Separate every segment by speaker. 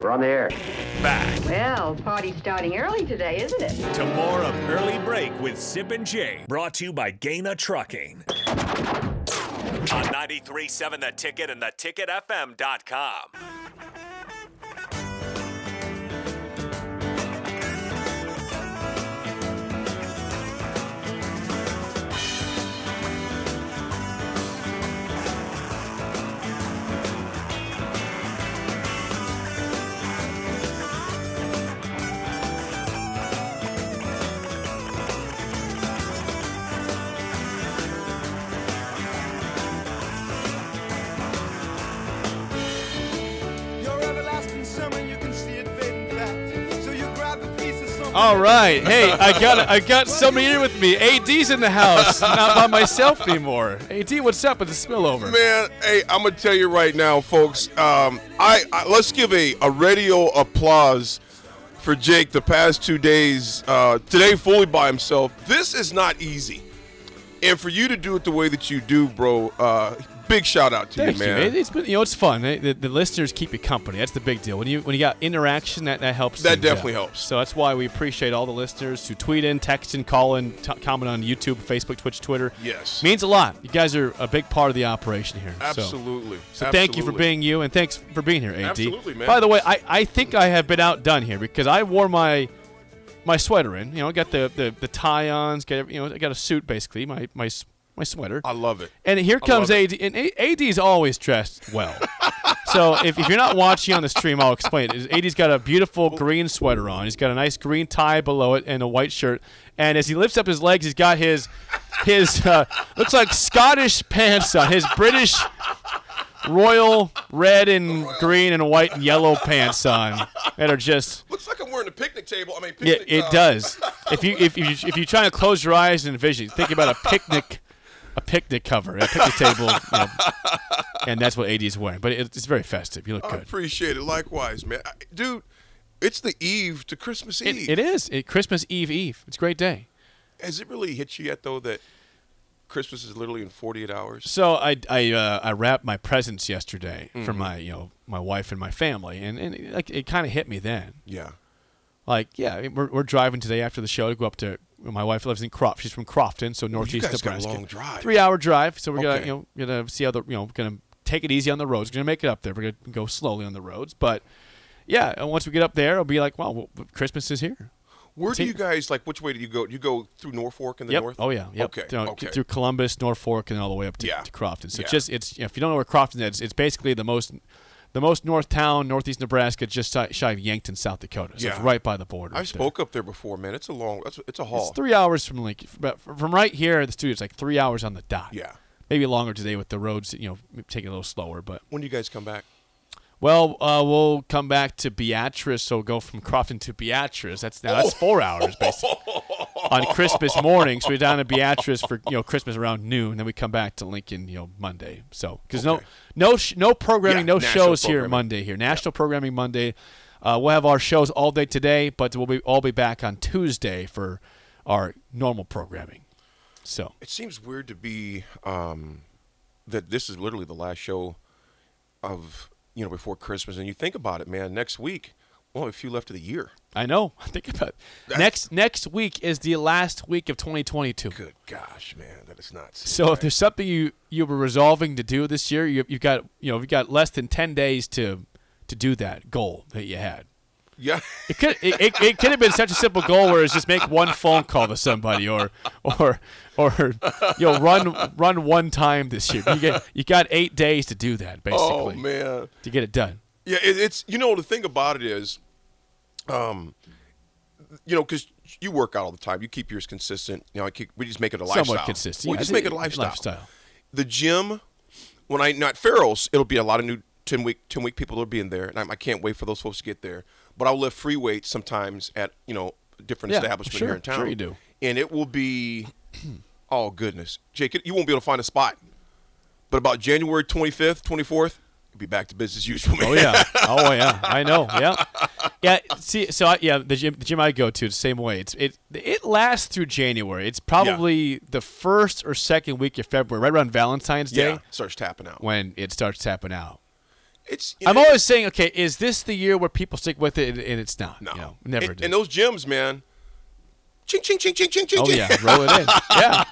Speaker 1: We're on the air.
Speaker 2: Back
Speaker 3: Well, party's starting early today, isn't it?
Speaker 2: to more of Early Break with Sip and Jay, brought to you by Gaina Trucking. On 93.7 The Ticket and theticketfm.com.
Speaker 4: Your everlasting summer, you can see it fading fast. So you grab a piece of something.
Speaker 5: All right, hey, I got I got somebody here with me. AD's in the house, not by myself anymore. AD, what's up with the spillover?
Speaker 6: Man, hey, I'm gonna tell you right now, folks. Um, I, I let's give a, a radio applause for Jake. The past two days, uh, today fully by himself. This is not easy, and for you to do it the way that you do, bro. Uh, big shout out to
Speaker 5: Thank
Speaker 6: you,
Speaker 5: you,
Speaker 6: man.
Speaker 5: man. It's been, you know, it's fun. The, the- the listeners keep you company. That's the big deal. When you when you got interaction, that, that helps.
Speaker 6: That
Speaker 5: things out.
Speaker 6: definitely helps.
Speaker 5: So that's why we appreciate all the listeners who tweet in, text in, call in, t- comment on YouTube, Facebook, Twitch, Twitter.
Speaker 6: Yes.
Speaker 5: means a lot. You guys are a big part of the operation here. So-
Speaker 6: Absolutely.
Speaker 5: So, thank you for being you, and thanks for being here, AD.
Speaker 6: Absolutely, man.
Speaker 5: By the way, I, I think I have been outdone here because I wore my my sweater in. You know, I got the the, the tie-ons. Got every- you know, I got a suit basically. My my s- my sweater.
Speaker 6: I love it.
Speaker 5: And here comes
Speaker 6: love
Speaker 5: AD, and A- AD's always dressed well. so if, if you're not watching on the stream, I'll explain it. AD's got a beautiful
Speaker 6: Oh.
Speaker 5: green sweater on. He's got a nice green tie below it and a white shirt. And as he lifts up his legs, he's got his his uh, looks like Scottish pants on. His British royal red and green and white and yellow pants on that are just
Speaker 6: Looks like I'm wearing a picnic table. I mean,
Speaker 5: yeah,
Speaker 6: picnic,
Speaker 5: it
Speaker 6: uh,
Speaker 5: does. If you if you if you're trying to close your eyes and envision, think about a picnic, a picnic cover, a picnic table, you know, and that's what AD is wearing. But it, it's very festive. You look
Speaker 6: I
Speaker 5: good.
Speaker 6: appreciate it. Likewise, man. I, dude, it's the eve to Christmas Eve.
Speaker 5: It, it is it, Christmas Eve Eve. It's a great day.
Speaker 6: Has it really hit you yet, though, that Christmas is literally in 48 hours?
Speaker 5: So I I uh, I wrapped my presents yesterday for my you know my wife and my family, and and it, like it kind of hit me then.
Speaker 6: Yeah.
Speaker 5: Like yeah, we're, we're driving today after the show to go up to. My wife lives in Croft. She's from Crofton, so northeast
Speaker 6: guys got a
Speaker 5: Nebraska.
Speaker 6: long drive.
Speaker 5: Three hour drive. So we're
Speaker 6: Okay.
Speaker 5: gonna you know gonna see how the you know gonna take it easy on the roads. We're gonna make it up there. We're gonna go slowly on the roads, but yeah. And once we get up there, it'll be like wow, well, Christmas is here.
Speaker 6: Where do
Speaker 5: See-
Speaker 6: you guys like? Which way do you go? You go through Norfolk in the
Speaker 5: yep.
Speaker 6: north.
Speaker 5: Oh yeah. Yep.
Speaker 6: Okay.
Speaker 5: You know,
Speaker 6: okay.
Speaker 5: Through Columbus, Norfolk, and all the way up to,
Speaker 6: Yeah.
Speaker 5: to Crofton. So
Speaker 6: Yeah.
Speaker 5: just it's you know, if you don't know where Crofton is, it's basically the most the most north town, northeast Nebraska, just si- shy of Yankton, South Dakota. So it's
Speaker 6: Yeah.
Speaker 5: right by the border.
Speaker 6: I
Speaker 5: up there.
Speaker 6: spoke up there before, man. It's a long. It's, it's a haul.
Speaker 5: It's three hours from Lincoln, but from right here at the studio, it's like three hours on the dot.
Speaker 6: Yeah.
Speaker 5: maybe longer today with the roads, you know, taking it a little slower. But
Speaker 6: when do you guys come back?
Speaker 5: well, uh, we'll come back to Beatrice, so we'll go from Crofton to Beatrice. That's now that's four hours basically on Christmas morning. So we're down to Beatrice for you know Christmas around noon, then we come back to Lincoln, you know, Monday. So because
Speaker 6: Okay.
Speaker 5: no no sh- no programming,
Speaker 6: Yeah,
Speaker 5: no
Speaker 6: national
Speaker 5: shows here
Speaker 6: programming.
Speaker 5: Monday here. National programming Monday. Uh, we'll have our shows all day today, but we'll be all be back on Tuesday for our normal programming. So
Speaker 6: It seems weird to be um, that this is literally the last show of you know before Christmas, and you think about it, man. Next week, well, a few left of the year.
Speaker 5: I know. Think about it. next next week is the last week of 2022.
Speaker 6: Good gosh, man, that is not.
Speaker 5: So if there's something you you were resolving to do this year, you, you've got you know you've got less than 10 days to to do that goal that you had.
Speaker 6: yeah,
Speaker 5: It could it, it, it could have been such a simple goal where it's just make one phone call to somebody or or or you know run run one time this year. You get you got eight days to do that basically
Speaker 6: oh man.
Speaker 5: to get it done.
Speaker 6: Yeah, it, it's you know the thing about it is, um, you know, because you work out all the time, you keep yours consistent. You know, I keep, we just make it a lifestyle.
Speaker 5: Somewhat consistent.
Speaker 6: We
Speaker 5: Yeah,
Speaker 6: just
Speaker 5: it's
Speaker 6: make it
Speaker 5: a
Speaker 6: a lifestyle.
Speaker 5: lifestyle.
Speaker 6: The gym, when I not Farrell's, it'll be a lot of new ten week ten week people will be in there, and I, I can't wait for those folks to get there. But I'll lift free weights sometimes at you know different
Speaker 5: Yeah,
Speaker 6: establishment
Speaker 5: sure,
Speaker 6: here in town.
Speaker 5: sure you do.
Speaker 6: and it will be, oh goodness, Jake, it- you won't be able to find a spot. But about January twenty fifth, twenty fourth, you'll be back to business as usual. man.
Speaker 5: Oh yeah. Oh yeah. I know. Yeah. Yeah. See. So I, yeah, the gym, the gym I go to, the same way. It's it it lasts through January. It's probably the first or second week of February, right around Valentine's Day,
Speaker 6: Yeah, starts tapping out.
Speaker 5: when it starts tapping out.
Speaker 6: It's.
Speaker 5: I'm always saying, okay, is this the year where people stick with it? And, and it's not.
Speaker 6: No,
Speaker 5: you know, never
Speaker 6: And,
Speaker 5: do.
Speaker 6: and those gyms, man. Ching ching ching ching ching ching.
Speaker 5: oh
Speaker 6: ching.
Speaker 5: yeah, roll it in. Yeah,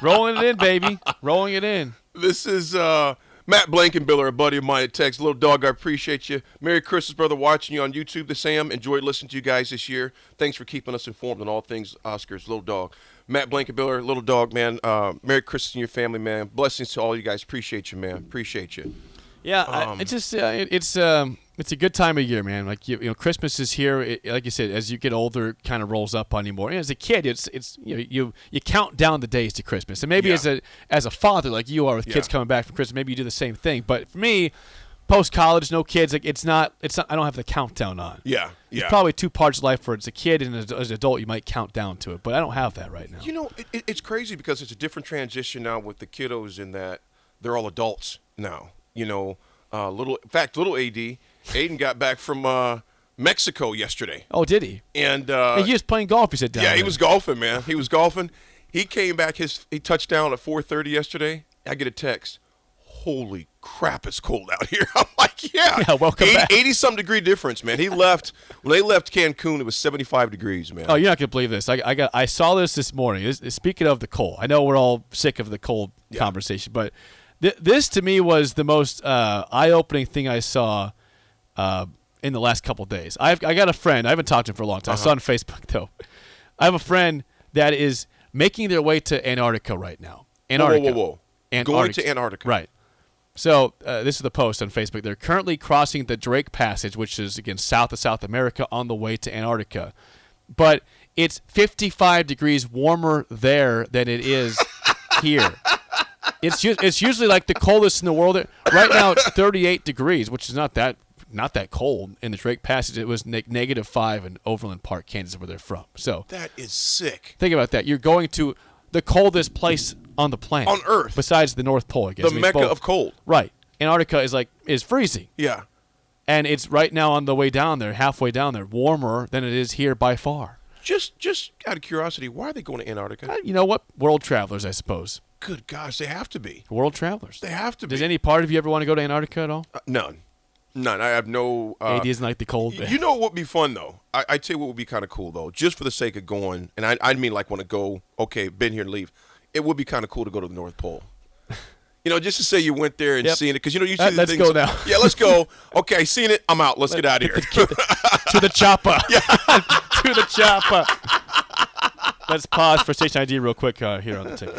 Speaker 5: rolling it in, baby, rolling it in.
Speaker 6: This is uh, Matt Blankenbiller, a buddy of mine at Text. Little dog, I appreciate you. Merry Christmas, brother. Watching you on YouTube this am. Enjoyed listening to you guys this year. Thanks for keeping us informed on all things Oscars. Little dog. Matt Blankenbiller, little dog, man. Uh, Merry Christmas to your family, man. Blessings to all you guys. Appreciate you, man. Appreciate you.
Speaker 5: Yeah, I- it's just uh, it, it's um it's a good time of year, man. Like you, you know, Christmas is here. It, like you said, as you get older, it kind of rolls up on you more. And as a kid, it's it's you know, you you count down the days to Christmas, and maybe
Speaker 6: Yeah.
Speaker 5: as a as a father, like you are with kids
Speaker 6: Yeah.
Speaker 5: coming back from Christmas, maybe you do the same thing. But for me, post college, no kids, like it's not it's not I don't have the countdown on.
Speaker 6: Yeah,
Speaker 5: It's
Speaker 6: yeah.
Speaker 5: probably two parts of life where it's a kid and as, as an adult you might count down to it, but I don't have that right now.
Speaker 6: You know, it, it, it's crazy because it's a different transition now with the kiddos in that they're all adults now. You know, uh, little in fact, little AD, Aiden got back from uh, Mexico yesterday,
Speaker 5: Oh, did he?
Speaker 6: and uh,
Speaker 5: Hey, he was playing golf. He said, down
Speaker 6: yeah, he
Speaker 5: there.
Speaker 6: was golfing, man. He was golfing. He came back. His he touched down at 4:30 yesterday. I get a text. Holy crap! It's cold out here. I'm like, yeah,
Speaker 5: Yeah, welcome back.
Speaker 6: 80 some degree difference, man. He left when they left Cancun. It was 75 degrees, man.
Speaker 5: Oh, you're not gonna believe this. I, I got. I saw this this morning. This, speaking of the cold, I know we're all sick of the cold conversation, but th- this to me was the most uh, eye-opening thing I saw uh, in the last couple days. I've I got a friend. I haven't talked to him for a long time. I saw
Speaker 6: Uh-huh.
Speaker 5: on Facebook though. I have a friend that is making their way to Antarctica right now.
Speaker 6: whoa,
Speaker 5: Antarctica.
Speaker 6: whoa, whoa! Going to Antarctica,
Speaker 5: Right. So uh, this is the post on Facebook. They're currently crossing the Drake Passage, which is again south of South America, on the way to Antarctica. But it's 55 degrees warmer there than it is here. It's u- it's usually like the coldest in the world. Right now it's 38 degrees, which is not that not that cold in the Drake Passage. It was neg negative five in Overland Park, Kansas, where they're from. So
Speaker 6: That is sick.
Speaker 5: Think about that. You're going to the coldest place on the planet,
Speaker 6: On Earth.
Speaker 5: besides the North Pole. I guess
Speaker 6: The
Speaker 5: I mean,
Speaker 6: mecca
Speaker 5: both-
Speaker 6: of cold.
Speaker 5: Right. Antarctica is like is freezing,
Speaker 6: Yeah.
Speaker 5: and it's right now on the way down there, halfway down there, warmer than it is here by far.
Speaker 6: Just just out of curiosity, why are they going to Antarctica?
Speaker 5: Uh, You know what? World travelers, I suppose.
Speaker 6: Good gosh, they have to be.
Speaker 5: World travelers.
Speaker 6: They have to be.
Speaker 5: Does any part of you ever want to go to Antarctica at all?
Speaker 6: Uh, none, none. I have no. Uh,
Speaker 5: AD isn't like the cold.
Speaker 6: y- You know what would be fun though? I, I tell you what would be kind of cool though, just for the sake of going, and I, I mean like want to go. Okay, been here, leave. It would be kind of cool to go to the North Pole. You know, just to say you went there and
Speaker 5: Yep.
Speaker 6: seen it, because you know you see
Speaker 5: Uh,
Speaker 6: the
Speaker 5: let's
Speaker 6: things-
Speaker 5: go now.
Speaker 6: Yeah, let's go. Okay, seen it. I'm out. Let's get out of here.
Speaker 5: to the chopper. to the chopper. Let's pause for station ID real quick uh, here on the ticket.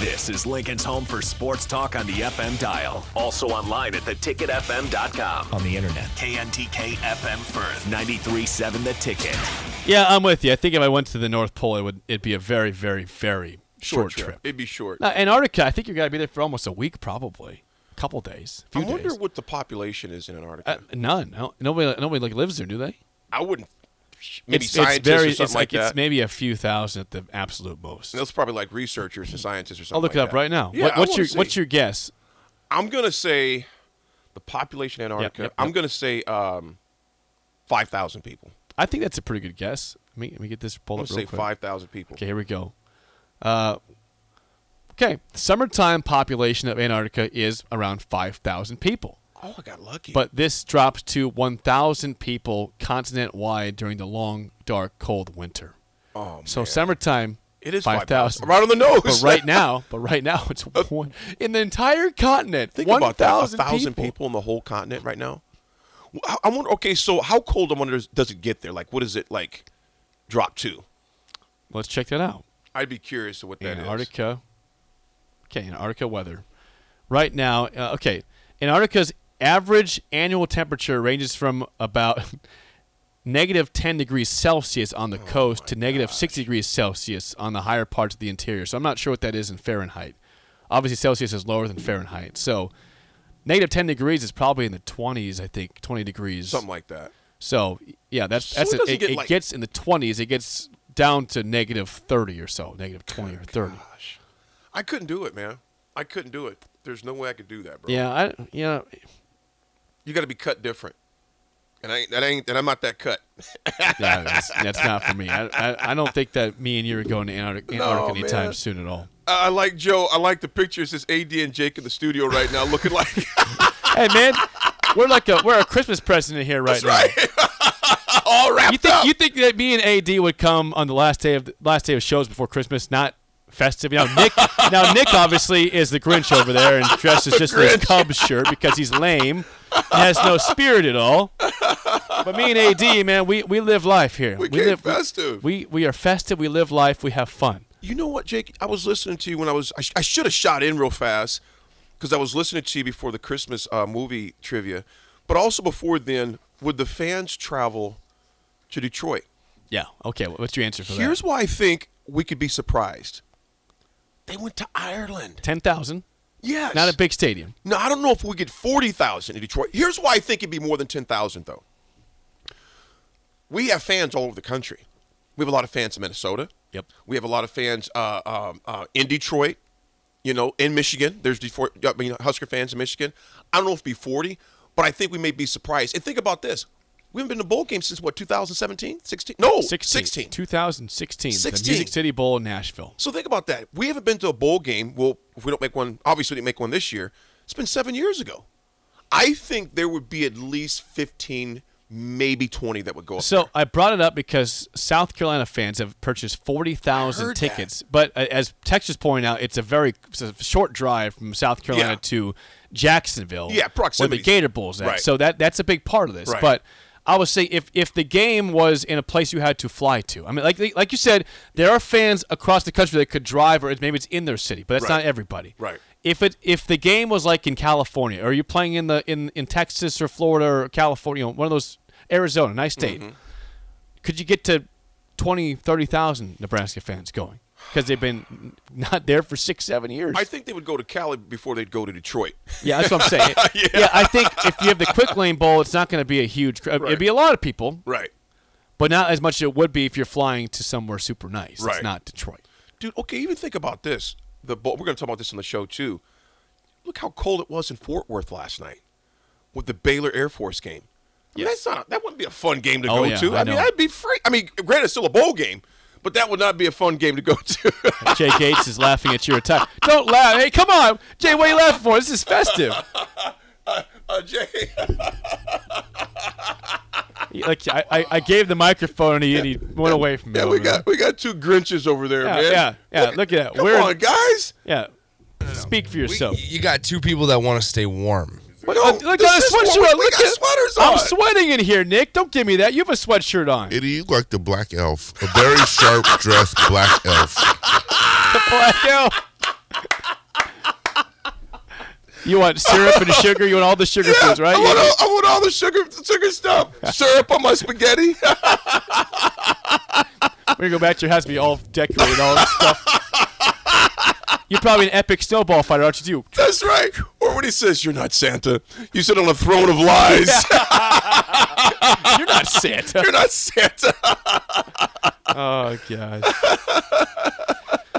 Speaker 2: This is Lincoln's home for sports talk on the FM dial. Also online at theticketfm.com. On the internet. KNTK FM Firth, 93.7 The Ticket.
Speaker 5: Yeah, I'm with you. I think if I went to the North Pole, it would it'd be a very, very, very short, trip.
Speaker 6: It'd be short.
Speaker 5: Now, Antarctica, I think you got to be there for almost a week, probably, a couple days,
Speaker 6: I
Speaker 5: few
Speaker 6: wonder
Speaker 5: days.
Speaker 6: what the population is in Antarctica.
Speaker 5: Uh, none. No- Nobody, nobody like lives there, do they?
Speaker 6: I wouldn't. Maybe
Speaker 5: it's,
Speaker 6: scientists
Speaker 5: it's very,
Speaker 6: or something
Speaker 5: it's
Speaker 6: like,
Speaker 5: like, it's
Speaker 6: that.
Speaker 5: maybe a few thousand at the absolute most.
Speaker 6: And That's probably like researchers and scientists or something.
Speaker 5: I'll look
Speaker 6: like
Speaker 5: it up
Speaker 6: that.
Speaker 5: right now.
Speaker 6: Yeah,
Speaker 5: What-
Speaker 6: I
Speaker 5: what's
Speaker 6: wanna
Speaker 5: your
Speaker 6: see.
Speaker 5: What's your guess?
Speaker 6: I'm gonna say the population in Antarctica.
Speaker 5: yep,
Speaker 6: I'm
Speaker 5: yep.
Speaker 6: gonna say um, five thousand people.
Speaker 5: I think that's a pretty good guess. Let me, let me get this pulled
Speaker 6: I'm
Speaker 5: up.
Speaker 6: gonna
Speaker 5: Real
Speaker 6: say
Speaker 5: quick.
Speaker 6: five thousand people.
Speaker 5: Okay, here we go. Uh, okay, summertime population of Antarctica is around five thousand people.
Speaker 6: Oh, I got lucky.
Speaker 5: but this drops to 1,000 people continent wide during the long, dark, cold winter.
Speaker 6: oh, man.
Speaker 5: So summertime,
Speaker 6: it is
Speaker 5: 5,000.
Speaker 6: Right on the nose.
Speaker 5: But right now, but right now, it's one in the entire continent.
Speaker 6: think
Speaker 5: 1,000
Speaker 6: about that. A thousand
Speaker 5: people.
Speaker 6: people. in the whole continent right now. Well, I, I wonder. Okay, so how cold? I wonder does it get there? Like, what is it like? Drop to?
Speaker 5: Let's check that out.
Speaker 6: I'd be curious to what that is.
Speaker 5: Antarctica. Okay, Antarctica weather. Right now, uh, okay, Antarctica's average annual temperature ranges from about negative 10 degrees Celsius on the coast to negative 60 degrees Celsius on the higher parts of the interior. So I'm not sure what that is in Fahrenheit. Obviously, Celsius is lower than Fahrenheit. So negative 10 degrees is probably in the 20s, I think, 20 degrees.
Speaker 6: Something like that.
Speaker 5: So yeah, that's
Speaker 6: So it
Speaker 5: that's it.
Speaker 6: doesn't
Speaker 5: It,
Speaker 6: get,
Speaker 5: it
Speaker 6: like-
Speaker 5: gets in the twenties. It gets down to negative thirty or so, negative twenty or thirty.
Speaker 6: Oh Gosh, I couldn't do it, man. I couldn't do it. There's no way I could do that, bro.
Speaker 5: Yeah, I you know,
Speaker 6: You got to be cut different. And I ain't, that ain't, and I'm not that cut.
Speaker 5: yeah, that's, that's not for me. I, I I don't think that me and you are going to Antarctica, Antarctica anytime
Speaker 6: man.
Speaker 5: soon at all.
Speaker 6: I I like Joe. I like the pictures. It's AD and Jake in the studio right now, looking like
Speaker 5: Hey man, we're like a we're a Christmas present in here right now.
Speaker 6: All wrapped
Speaker 5: You think
Speaker 6: up.
Speaker 5: you think that me and AD would come on the last day of the last day of shows before Christmas, not festive? Now Nick, now Nick obviously is the Grinch over there and dresses just in his
Speaker 6: Grinch.
Speaker 5: Cubs shirt because he's lame and has no spirit at all. But me and AD, man, we, we live life here.
Speaker 6: we, came
Speaker 5: live
Speaker 6: festive.
Speaker 5: We we are festive. We live life. We have fun.
Speaker 6: you know what, Jake? I was listening to you when I was. I, sh- I should have shot in real fast because I was listening to you before the Christmas uh, movie trivia, but also before then. Would the fans travel to Detroit?
Speaker 5: Yeah. Okay. wh- What's your answer for
Speaker 6: Here's why I think we could be surprised. They went to Ireland.
Speaker 5: that? Ten thousand.
Speaker 6: Yes.
Speaker 5: Not a big stadium.
Speaker 6: Now I don't know if we get forty thousand in Detroit. Here's why I think it'd be more than ten thousand, though. We have fans all over the country. We have a lot of fans in Minnesota.
Speaker 5: Yep.
Speaker 6: We have a lot of fans uh, um, uh, in Detroit. You know, in Michigan, there's Detroit. I mean, Husker fans in Michigan. I don't know if it'd be forty, but I think we may be surprised. And think about this: we haven't been to bowl games since what 2017, 16? No,
Speaker 5: 16.
Speaker 6: 16.
Speaker 5: 2016. The
Speaker 6: 16.
Speaker 5: Music City Bowl in Nashville.
Speaker 6: So think about that. We haven't been to a bowl game. Well, if we don't make one, obviously we didn't make one this year. It's been seven years ago. I think there would be at least fifteen, maybe twenty that would go up.
Speaker 5: So I brought it up because South Carolina fans have purchased forty thousand
Speaker 6: heard that.
Speaker 5: tickets. But a- as Texas pointed out, it's a very it's a short drive from South Carolina
Speaker 6: Yeah.
Speaker 5: to Jacksonville.
Speaker 6: Yeah,
Speaker 5: Where
Speaker 6: proximity.
Speaker 5: the Gator Bowl's at.
Speaker 6: Right.
Speaker 5: So that that's a big part of this.
Speaker 6: Right.
Speaker 5: But I would say if if the game was in a place you had to fly to, I mean, like like you said, there are fans across the country that could drive, or it's- maybe it's in their city, but that's
Speaker 6: Right.
Speaker 5: not everybody.
Speaker 6: Right.
Speaker 5: If it if the game was like in California, or you're playing in the in in Texas or Florida or California, you know, one of those Arizona, nice state
Speaker 6: Mm-hmm.
Speaker 5: could you get to 20, 30,000 Nebraska fans going? Because they've been not there for six, seven years.
Speaker 6: I think they would go to Cali before they'd go to Detroit.
Speaker 5: yeah, that's what I'm saying. yeah. I think if you have the quick lane bowl, it's not going to be a huge. cr- uh, It'd be a lot of people,
Speaker 6: Right.
Speaker 5: but not as much as it would be if you're flying to somewhere super nice.
Speaker 6: Right.
Speaker 5: It's not Detroit.
Speaker 6: Dude, okay, even think about this. The bowl, we're going to talk about this on the show too. Look how cold it was in Fort Worth last night with the Baylor Air Force game. I mean, that's not a, that wouldn't be a fun game to
Speaker 5: Oh,
Speaker 6: go
Speaker 5: yeah,
Speaker 6: to.
Speaker 5: I
Speaker 6: I, mean,
Speaker 5: know.
Speaker 6: that'd be free. I mean, granted, it's still a bowl game, but that would not be a fun game to go to.
Speaker 5: Jay Gates is laughing at your attack. Don't laugh. Hey, come on. Jay, what are you laughing for? This is festive.
Speaker 6: uh, Jay.
Speaker 5: Like I, I, I gave the microphone and he, and he went away from me.
Speaker 6: Yeah,
Speaker 5: over
Speaker 6: we
Speaker 5: there.
Speaker 6: got we got two Grinches over there,
Speaker 5: Yeah,
Speaker 6: man.
Speaker 5: yeah, yeah, look at that.
Speaker 6: Come
Speaker 5: We're-
Speaker 6: on, guys.
Speaker 5: Yeah. Speak for
Speaker 1: We-
Speaker 5: yourself.
Speaker 1: you got two people that want to stay warm.
Speaker 5: What,
Speaker 6: No,
Speaker 5: uh, look
Speaker 6: this
Speaker 5: at the
Speaker 6: is what
Speaker 5: sweatshirt
Speaker 6: we-
Speaker 5: on.
Speaker 6: we
Speaker 5: Look
Speaker 6: got
Speaker 5: at-
Speaker 6: sweaters
Speaker 5: I'm
Speaker 6: on.
Speaker 5: sweating in here, Nick. Don't give me that. You have a sweatshirt on.
Speaker 7: Eddie, you like the black elf, a very sharp dressed black elf.
Speaker 5: Black elf. you want syrup and sugar. You want all the sugar
Speaker 6: Yeah,
Speaker 5: foods, right?
Speaker 6: I want, all, I want all the sugar sugar stuff. Syrup on my spaghetti.
Speaker 5: We're gonna go back to your house, and be all decorated, all this stuff. You're probably an epic snowball fighter, aren't you? too?
Speaker 6: That's right. Or when he says, "You're not Santa. You sit on a throne of lies.
Speaker 5: You're not Santa.
Speaker 6: You're not Santa."
Speaker 5: Uh, Oh god.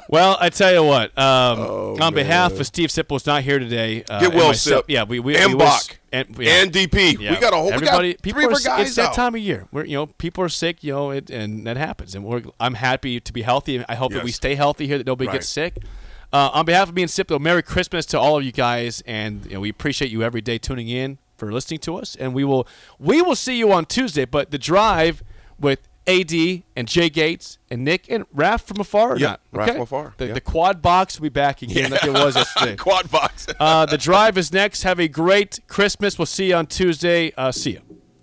Speaker 5: Well, I tell you what. Um, on behalf of Steve Sip, who's not here today. Uh,
Speaker 6: Oh, Get
Speaker 5: and
Speaker 6: well,
Speaker 5: myself-
Speaker 6: Sip.
Speaker 5: Yeah, we we
Speaker 6: And
Speaker 5: we wish-
Speaker 6: Bach.
Speaker 5: and, yeah.
Speaker 6: And DP,
Speaker 5: Yeah.
Speaker 6: we got a whole
Speaker 5: everybody.
Speaker 6: we got
Speaker 5: people
Speaker 6: three
Speaker 5: are,
Speaker 6: of our
Speaker 5: s-
Speaker 6: guys
Speaker 5: It's that
Speaker 6: out.
Speaker 5: time of year where you know people are sick, you know, it, and that happens. And we're, I'm happy to be healthy. and I hope that we
Speaker 6: Yes.
Speaker 5: stay healthy here, that nobody
Speaker 6: Right.
Speaker 5: gets sick. Uh, on behalf of me and Sip, though, Merry Christmas to all of you guys, and you know, we appreciate you every day tuning in for listening to us. And we will we will see you on Tuesday. But the drive with AD and Jay Gates and Nick and Raph from afar, or
Speaker 6: Yeah,
Speaker 5: not?
Speaker 6: Raph from afar,
Speaker 5: The,
Speaker 6: yeah.
Speaker 5: the quad box will be back again like it was yesterday.
Speaker 6: Quad box.
Speaker 5: Uh, the drive is next. Have a great Christmas. We'll see you on Tuesday. Uh, see you.